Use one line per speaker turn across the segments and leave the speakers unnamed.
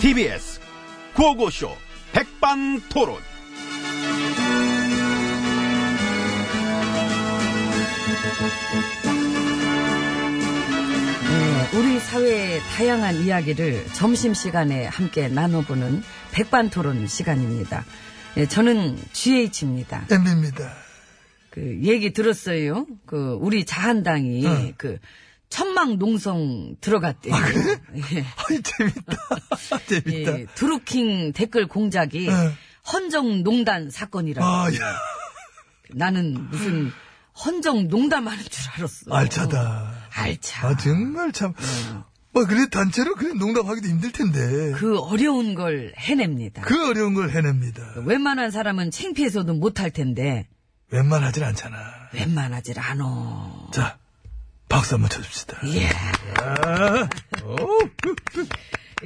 TBS 구호고쇼 백반토론
네, 우리 사회의 다양한 이야기를 점심시간에 함께 나눠보는 백반토론 시간입니다. 예, 저는 GH입니다.
엠비입니다.
그 얘기 들었어요. 그 우리 자한당이 그 천막 농성 들어갔대요. 예.
아, 아이 재밌다. 재밌다.
예, 드루킹 댓글 공작이
응.
헌정 농단 사건이라고.
아, 야,
나는 무슨 헌정 농담하는 줄 알았어.
알차다.
알차.
아, 정말 참. 뭐, 그래, 단체로 그래 농담하기도 힘들 텐데. 그,
그 어려운 걸 해냅니다.
어려운 걸 해냅니다.
웬만한 사람은 창피해서도 못할 텐데
웬만하진 않잖아.
웬만하질 않어.
자, 박수 한번 쳐줍시다.
예.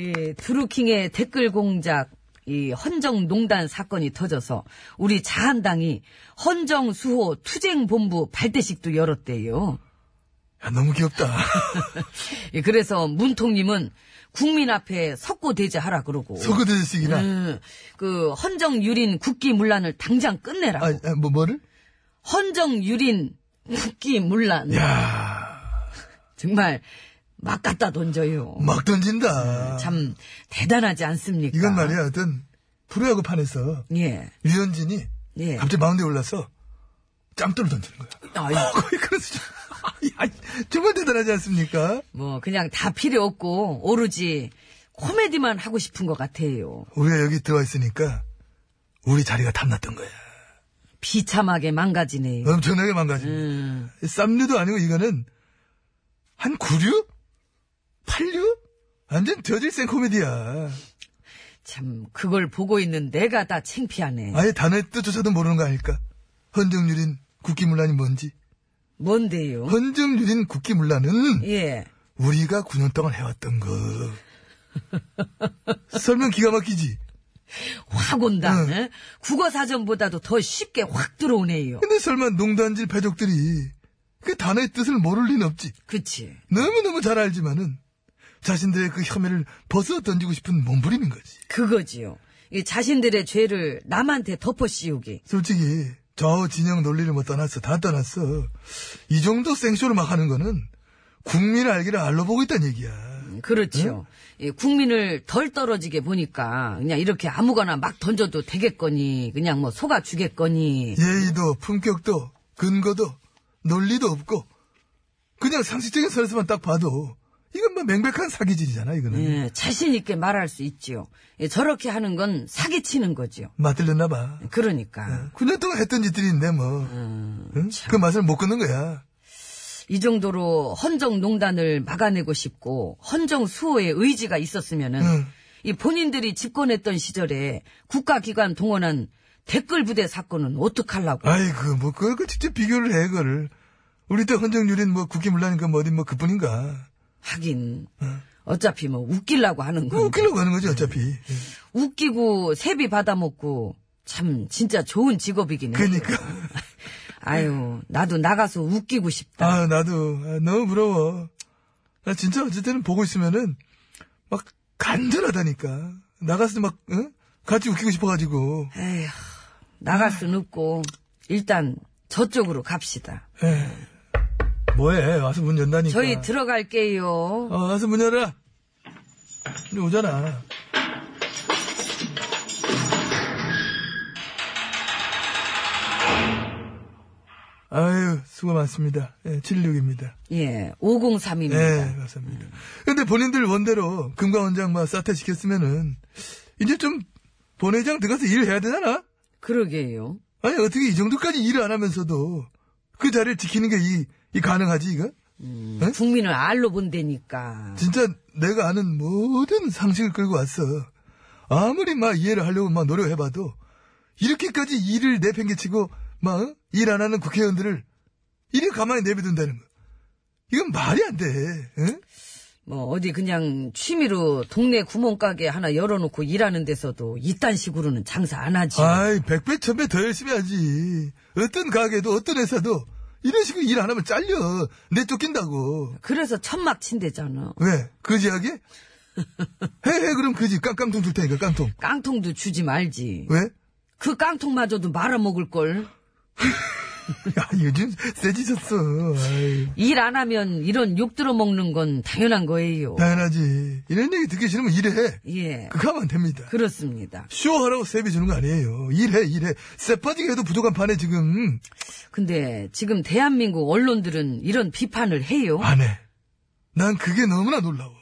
이 드루킹의 댓글 공작 이 헌정 농단 사건이 터져서 우리 자한당이 헌정 수호 투쟁 본부 발대식도 열었대요.
야, 너무 귀엽다.
예, 그래서 문통님은 국민 앞에 석고 대제하라 그러고
속어 드시기나.
음, 그 헌정 유린 국기 문란을 당장
아,
끝내라고.
아, 뭐, 뭐를?
헌정 유린 국기 문란.
야
정말 막 갖다 던져요.
막 던진다.
음, 참 아. 대단하지 않습니까?
이건 말이야, 어떤 프로야구판에서
예.
유현진이
예.
갑자기 마운드에 올라서 짬돌을 던지는 거야.
아이,
거의 그래서 야, 정말 대단하지 않습니까?
뭐 그냥 다 필요 없고 오로지 코미디만 하고 싶은 것 같아요.
우리가 여기 들어와 있으니까 우리 자리가 탐났던 거야.
비참하게 망가지네요.
엄청나게 망가집니다.
음,
쌈류도 아니고 이거는 한 9류? 8류? 완전 저질생 코미디야.
참 그걸 보고 있는 내가 다 창피하네.
아예 단어의 뜻조차도 모르는 거 아닐까? 헌정유린 국기문란이 뭔지.
뭔데요?
헌정유린 국기문란은
예.
우리가 9년 동안 해왔던 거. 설명 기가 막히지?
확 온다. 네? 국어 사전보다도 더 쉽게 확 들어오네요.
근데 설마 농단질 패족들이 그 단어의 뜻을 모를 리는 없지.
그치?
너무너무 잘 알지만은 자신들의 그 혐의를 벗어 던지고 싶은 몸부림인 거지.
그거지요. 이 자신들의 죄를 남한테 덮어 씌우기.
솔직히 저 진영 논리를 못 떠났어. 다 떠났어. 이 정도 생쇼를 막 하는 거는 국민을 알기를 알로 보고 있다는 얘기야.
그렇죠. 예, 국민을 덜 떨어지게 보니까 그냥 이렇게 아무거나 막 던져도 되겠거니 그냥 뭐 속아 주겠거니
예의도 품격도 근거도 논리도 없고 그냥 상식적인 선에서만 딱 봐도 이건 뭐 맹백한 사기질이잖아 이거는.
예, 자신 있게 말할 수 있지요. 예, 저렇게 하는 건 사기치는 거지요.
맞들렸나 봐.
그러니까 어,
9년 동안 했던 짓들인데 뭐. 응? 그 맛을 못 끊는 거야.
이 정도로 헌정 농단을 막아내고 싶고 헌정 수호의 의지가 있었으면은
음.
이 본인들이 집권했던 시절에 국가기관 동원한 댓글 부대 사건은 어떡하려고?
아이고, 뭐, 그걸 그 직접 비교를 해, 그거를. 우리 때 헌정률인 뭐, 국기문란인가 뭐, 어디 뭐, 그뿐인가.
하긴 어차피 뭐 웃기려고 하는
그
건
웃기려고 하는 거지, 어차피.
웃기고 세비 받아먹고 참 진짜 좋은 직업이긴 해.
그니까.
아유 나도 나가서 웃기고 싶다.
아, 나도. 아, 너무 부러워. 나 진짜 어쨌든 보고 있으면은, 막, 간절하다니까. 나가서 막, 응? 같이 웃기고 싶어가지고.
에휴 나갈 순 없고 일단 저쪽으로 갑시다.
에 예. 뭐해. 와서 문 연다니까.
저희 들어갈게요.
어, 와서 문 열어. 이리 오잖아. 아유, 수고 많습니다. 예, 76입니다.
예 503입니다.
예, 감사합니다. 근데 본인들 원대로 금강원장 막 사퇴시켰으면은, 이제 좀 본회장 들어가서 일해야 되잖아?
그러게요.
아니, 어떻게 이 정도까지 일을 안 하면서도 그 자리를 지키는 게 이, 이 가능하지, 이거? 응?
국민을 알로 본다니까.
진짜 내가 아는 모든 상식을 끌고 왔어. 아무리 막 이해를 하려고 막 노력해봐도 이렇게까지 일을 내팽개치고 막 일 안 하는 국회의원들을 이리 가만히 내비둔다는 거. 이건 말이 안 돼. 응?
뭐 어디 그냥 취미로 동네 구멍가게 하나 열어놓고 일하는 데서도 이딴 식으로는 장사 안 하지.
아이, 백배, 천배 더 열심히 하지. 어떤 가게도 어떤 회사도 이런 식으로 일 안 하면 잘려. 내쫓긴다고.
그래서 천막 친대잖아.
왜? 거지하게? 해, 해, 그럼 거지. 깡, 깡통 줄 테니까, 깡통.
깡통도 주지 말지.
왜?
그 깡통마저도 말아먹을 걸.
야, 요즘 세지셨어. 아이.
일 안 하면 이런 욕 들어먹는 건 당연한 거예요.
네. 당연하지. 이런 얘기 듣기 싫으면 일해.
예,
그거 하면 안 됩니다.
그렇습니다.
쇼하라고 세비 주는 거 아니에요. 일해, 일해. 쎄 빠지게 해도 부족한 판에 지금,
근데 지금 대한민국 언론들은 이런 비판을 해요.
안 해. 난 그게 너무나 놀라워.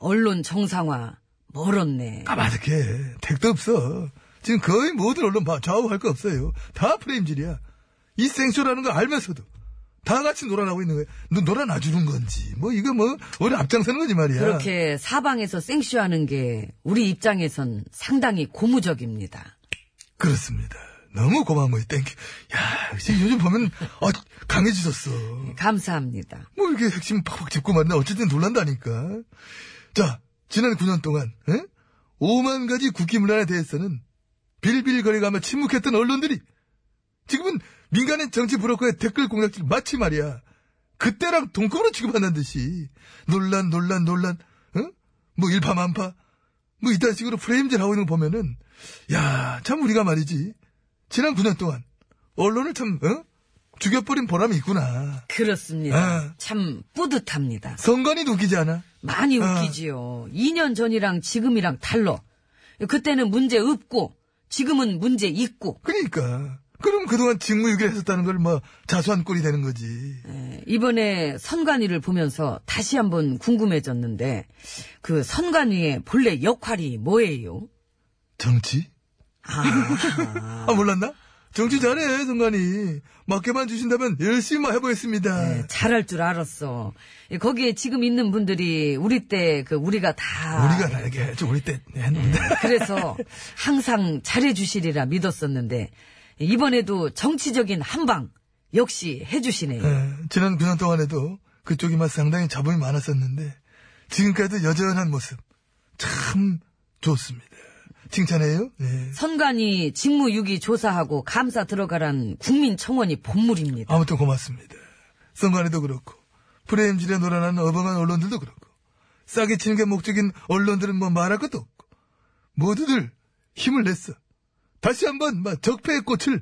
언론 정상화 멀었네.
아, 까마득해. 택도 없어. 지금 거의 모든 언론 봐. 좌우할 거 없어요. 다 프레임질이야. 이 생쇼라는 거 알면서도. 다 같이 놀아나고 있는 거야. 너 놀아놔주는 건지. 뭐, 이거 뭐, 우리 앞장서는 거지 말이야.
그렇게 사방에서 생쇼하는 게 우리 입장에선 상당히 고무적입니다.
그렇습니다. 너무 고마운 거지, 땡큐. 야, 지금 요즘 보면, 아, 강해지셨어.
감사합니다.
뭐 이렇게 핵심 팍팍 짚고 말이야. 어쨌든 놀란다니까. 자, 지난 9년 동안, 에? 5만 가지 국기문란에 대해서는 빌빌거리가며 침묵했던 언론들이 지금은 민간인 정치 브로커의 댓글 공략질 마치 말이야. 그때랑 동급으로 취급한다는 듯이 논란, 논란, 논란, 어? 뭐 일파만파, 뭐 이딴 식으로 프레임질 하고 있는 거 보면은, 야, 참 우리가 말이지. 지난 9년 동안 언론을 참, 어? 죽여버린 보람이 있구나.
그렇습니다.
아.
참 뿌듯합니다.
선관이 웃기지 않아?
많이
아.
웃기지요. 2년 전이랑 지금이랑 달러. 그때는 문제 없고 지금은 문제 있고
그러니까. 그럼 그동안 직무유기를 했었다는 걸 뭐 자수한 꼴이 되는 거지.
에, 이번에 선관위를 보면서 다시 한번 궁금해졌는데 그 선관위의 본래 역할이 뭐예요?
정치?
아,
아 몰랐나? 정치 잘해 선관이. 맡게만 주신다면 열심히 해보겠습니다.
네, 잘할 줄 알았어. 예, 거기에 지금 있는 분들이 우리 때 그 우리가 다
우리가 다르게 해줘. 우리 때 했는데.
그래서 항상 잘해 주시리라 믿었었는데 이번에도 정치적인 한방 역시 해 주시네요.
예, 지난 9년 동안에도 그쪽이 막 상당히 잡음이 많았었는데 지금까지도 여전한 모습 참 좋습니다. 칭찬해요. 예.
선관위 직무유기 조사하고 감사 들어가란 국민청원이 본물입니다.
아무튼 고맙습니다. 선관위도 그렇고 프레임질에 놀아나는 어벙한 언론들도 그렇고 싸게 치는 게 목적인 언론들은 뭐 말할 것도 없고 모두들 힘을 냈어. 다시 한번 막 적폐의 꽃을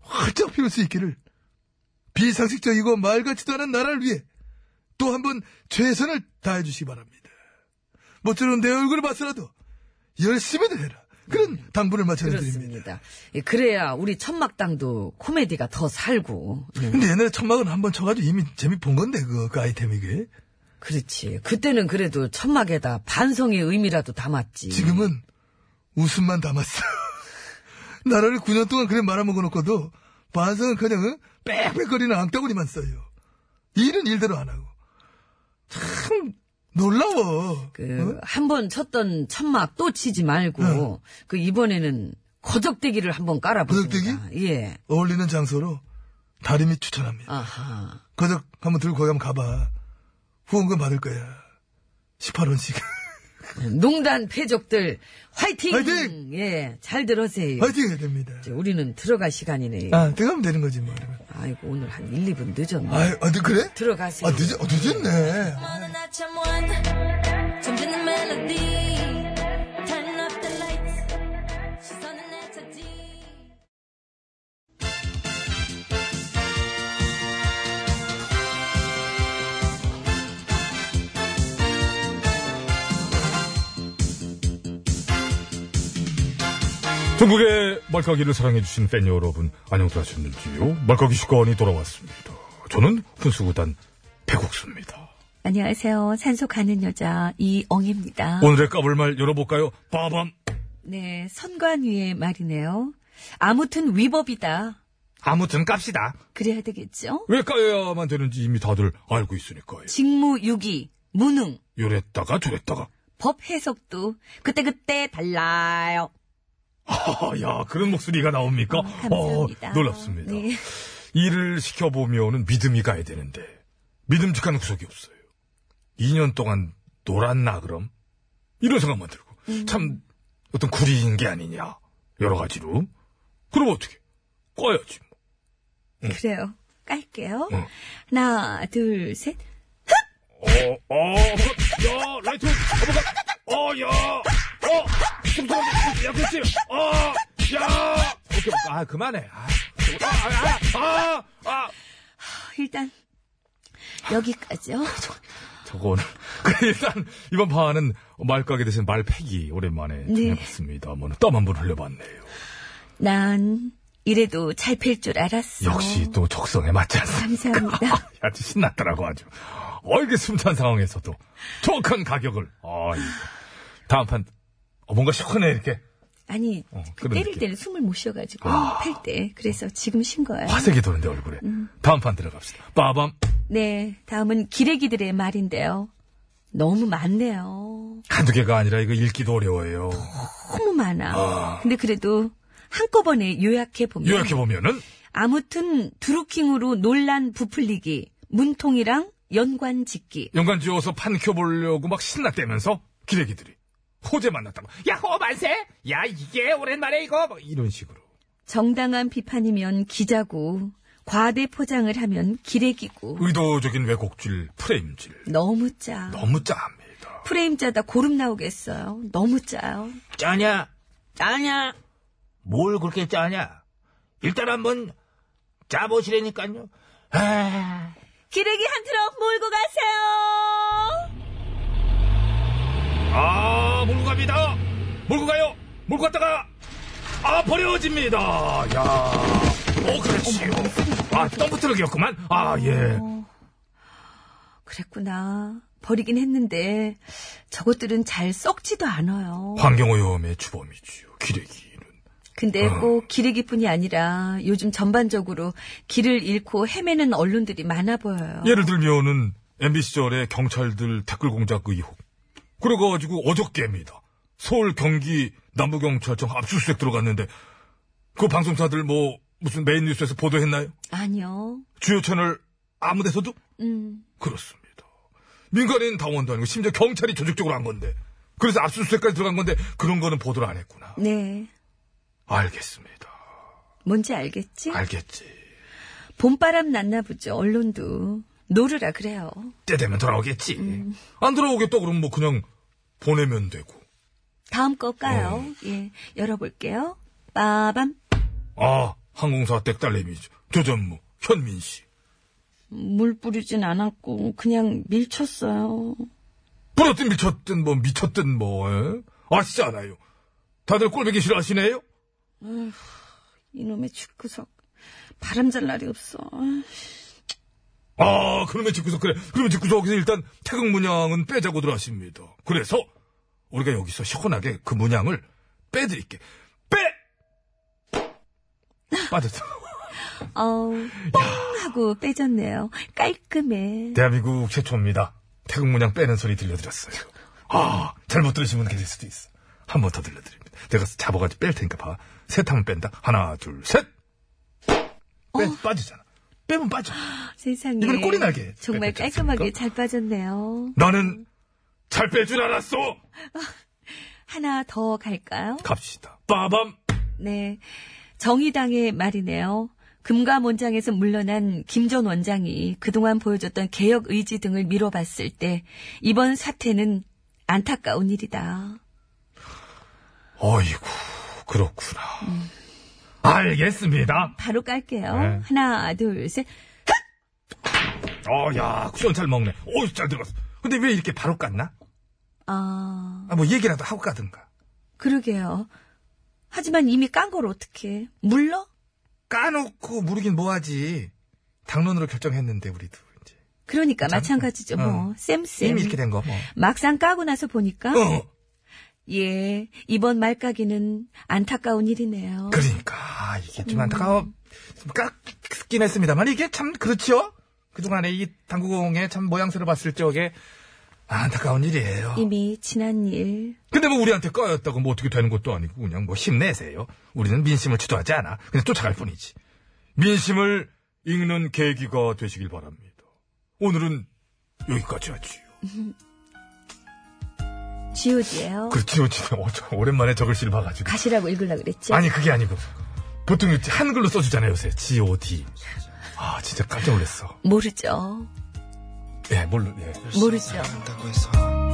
활짝 피울 수 있기를 비상식적이고 말 같지도 않은 나라를 위해 또 한번 최선을 다해 주시기 바랍니다. 모처럼 내 얼굴을 봐서라도 열심히들 해라. 그런 당부를 마쳐드립니다.
네. 그렇습니다. 예, 그래야 우리 천막당도 코미디가 더 살고. 예,
근데 옛날에 천막은 한번 쳐가지고 이미 재미 본 건데 그거 그 아이템 이게.
그렇지. 그때는 그래도 천막에다 반성의 의미라도 담았지.
지금은 웃음만 담았어. 나라를 9년 동안 그래 말아먹어 놓고도 반성은 그냥 응? 빽빽거리는 앙따구리만 써요. 일은 일대로 안 하고. 참 놀라워.
그
어?
한 번 쳤던 천막 또 치지 말고 그 이번에는 거적대기를 한번 깔아보겠습니다.
거적대기?
예.
어울리는 장소로 다림이 추천합니다.
아하.
거적 한번 들고 거기 한번 가봐. 후원금 받을 거야. 18원씩.
예. 농단 패족들 화이팅!
화이팅!
예. 잘 들으세요.
화이팅 해야 됩니다.
이제 우리는 들어갈 시간이네요.
아, 들어가면 되는 거지 뭐. 그러면.
아이고 오늘 한 1, 2분 늦었네.
아이, 아, 너 그래?
들어가세요. 아.
아, 늦었, 어, 늦었네.
전국의 말까기를 사랑해주신 팬 여러분, 안녕들 하셨는지요? 말까기 시간이 돌아왔습니다. 저는 훈수구단 백옥수입니다.
안녕하세요. 산소 가는 여자 이엉입니다.
오늘의 까불말 열어볼까요? 빠밤!
네, 선관위의 말이네요.
아무튼 위법이다.
아무튼 깝시다.
그래야 되겠죠?
왜 까야만 되는지 이미 다들 알고 있으니까요.
직무유기, 무능,
요랬다가 저랬다가.
법 해석도 그때그때 달라요.
아, 야, 그런 목소리가 나옵니까?
아, 감사합니다.
어, 놀랍습니다.
네.
일을 시켜보면은 믿음이 가야 되는데, 믿음직한 구석이 없어요. 2년 동안 놀았나, 그럼? 이런 생각만 들고. 참, 어떤 구리인 게 아니냐. 여러 가지로. 그럼 어떻게? 꺼야지. 뭐.
그래요. 깔게요.
응.
하나, 둘, 셋.
어, 어, 그, 야, 라이트, 어머가, 어, 야, 어, 좀, 야, 그렇지, 어, 야, 오케이, 아, 그만해, 아, 아, 아, 아, 아.
일단 여기까지요.
저거는. 그, 일단, 이번 파는 말가게 대신 말패기 오랜만에
네.
전해봤습니다만, 뭐 땀 한 번 흘려봤네요.
난 이래도 잘 필 줄 알았어.
역시 그- 또 적성에 맞지 않습니까?
감사합니다.
아주 신났더라고, 아주. 어, 이게 숨찬 상황에서도 정확한 가격을. 아, 이거. 다음 판, 어, 뭔가 시원해, 이렇게.
아니
어,
그
그런
때릴
느낌.
때는 숨을 못 쉬어가지고
아.
팔 때. 그래서 지금 쉰 거예요.
화색이 도는데, 얼굴에. 다음 판 들어갑시다. 빠밤.
네, 다음은 기레기들의 말인데요. 너무 많네요.
한두 개가 아니라 이거 읽기도 어려워요.
너무 많아. 근데 그래도 한꺼번에 요약해 보면
요약해보면은,
아무튼 드루킹으로 논란 부풀리기, 문통이랑 연관 짓기.
연관 지어서 판켜보려고 막 신났대면서 기레기들이 호재 만났다고 야호 만세 야 이게 오랜만에 이거 막 이런 식으로
정당한 비판이면 기자고 과대 포장을 하면 기레기고
의도적인 왜곡질 프레임질
너무 짜.
너무 짭니다
프레임 짜다 고름 나오겠어요. 너무 짜요.
짜냐? 짜냐? 뭘 그렇게 짜냐? 일단 한번 짜보시라니까요. 아,
기레기 한 트럭 몰고 가세요.
아 몰고 갑니다 몰고 가요 몰고 갔다가 아 버려집니다 야오 그렇지요 아 덤프트럭이었구만 아예
그랬구나. 버리긴 했는데 저것들은 잘 썩지도 않아요.
환경오염의 주범이지요 기레기는
근데 꼭 기레기뿐이 아니라 요즘 전반적으로 길을 잃고 헤매는 언론들이 많아 보여요.
예를 들면은 MB 시절에 경찰들 댓글 공작 의혹. 그래가지고 어저께입니다. 서울 경기 남부경찰청 압수수색 들어갔는데 그 방송사들 뭐 무슨 메인 뉴스에서 보도했나요?
아니요.
주요 채널 아무데서도
음.
그렇습니다. 민간인 당원도 아니고 심지어 경찰이 조직적으로 한 건데 그래서 압수수색까지 들어간 건데 그런 거는 보도를 안 했구나.
네.
알겠습니다.
뭔지 알겠지?
알겠지.
봄바람 났나 보죠. 언론도 노르라 그래요.
때 되면 돌아오겠지. 안 돌아오겠다 그러면 뭐 그냥 보내면 되고.
다음 거 까요. 예. 열어볼게요. 빠밤.
아, 항공사 댁 딸내미죠. 조전무, 현민 씨.
물 뿌리진 않았고 그냥 밀쳤어요.
부럽든 미쳤든 뭐 미쳤든 뭐 에? 아시지 않아요. 다들 꼴보기 싫어하시네요.
이놈의 축구석. 바람 잘 날이 없어.
아, 그러면 집구석 그래. 그러면 집구석에서 일단 태극 문양은 빼자고 들어하십니다. 그래서 우리가 여기서 시원하게 그 문양을 빼드릴게. 빼. 빠졌어.
어우, 뻥! 하고 빼졌네요. 깔끔해.
대한민국 최초입니다. 태극 문양 빼는 소리 들려드렸어요. 아, 잘못 들으신 분 계실 수도 있어. 한 번 더 들려드립니다. 내가 잡아가지고 뺄 테니까 봐. 셋 하면 뺀다. 하나, 둘, 셋! 빼, 빠지잖아. 빼면 빠져.
세상에.
이번에 꼴이 나게
정말
뺐지 않습니까?
깔끔하게 잘 빠졌네요.
나는 잘 뺄 줄 알았어!
하나 더 갈까요?
갑시다. 빠밤!
네. 정의당의 말이네요. 금감 원장에서 물러난 김 전 원장이 그동안 보여줬던 개혁 의지 등을 미뤄봤을 때 이번 사태는 안타까운 일이다.
어이구, 그렇구나. 알겠습니다.
바로 깔게요.
네.
하나, 둘, 셋.
어, 야, 쿠션 잘 먹네. 오, 잘 들어갔어. 근데 왜 이렇게 바로 깠나?
아,
아, 뭐 얘기라도 하고 가든가.
그러게요. 하지만 이미 깐 걸 어떻게 물러?
까놓고 모르긴 뭐하지. 당론으로 결정했는데, 우리도. 이제.
그러니까 마찬가지죠. 뭐
어.
쌤쌤.
이미 이렇게 된 거, 뭐.
막상 까고 나서 보니까
어.
예, 이번 말까기는 안타까운 일이네요.
그렇죠.
그러니까 아, 이게 좀 안타까워 깎긴 했습니다만 이게 참 그렇지요. 그동안에 이 당구공의 참 모양새를 봤을 적에 안타까운 일이에요.
이미 지난 일.
근데 뭐 우리한테 까였다고 뭐 어떻게 되는 것도 아니고 그냥 뭐 힘내세요. 우리는 민심을 주도하지 않아. 그냥 쫓아갈 뿐이지.
민심을 읽는 계기가 되시길 바랍니다. 오늘은 여기까지 하지요.
지우지요.
그렇죠.
그렇지요, 진짜. 어, 저 오랜만에 저 글씨를 봐가지고.
가시라고 읽으려 그랬지.
아니, 그게 아니고. 보통 이렇게 한글로 써주잖아요, 요새. G.O.D. 아, 진짜 깜짝 놀랐어.
모르죠.
예, 물론, 예.
모르죠.
한다고 해서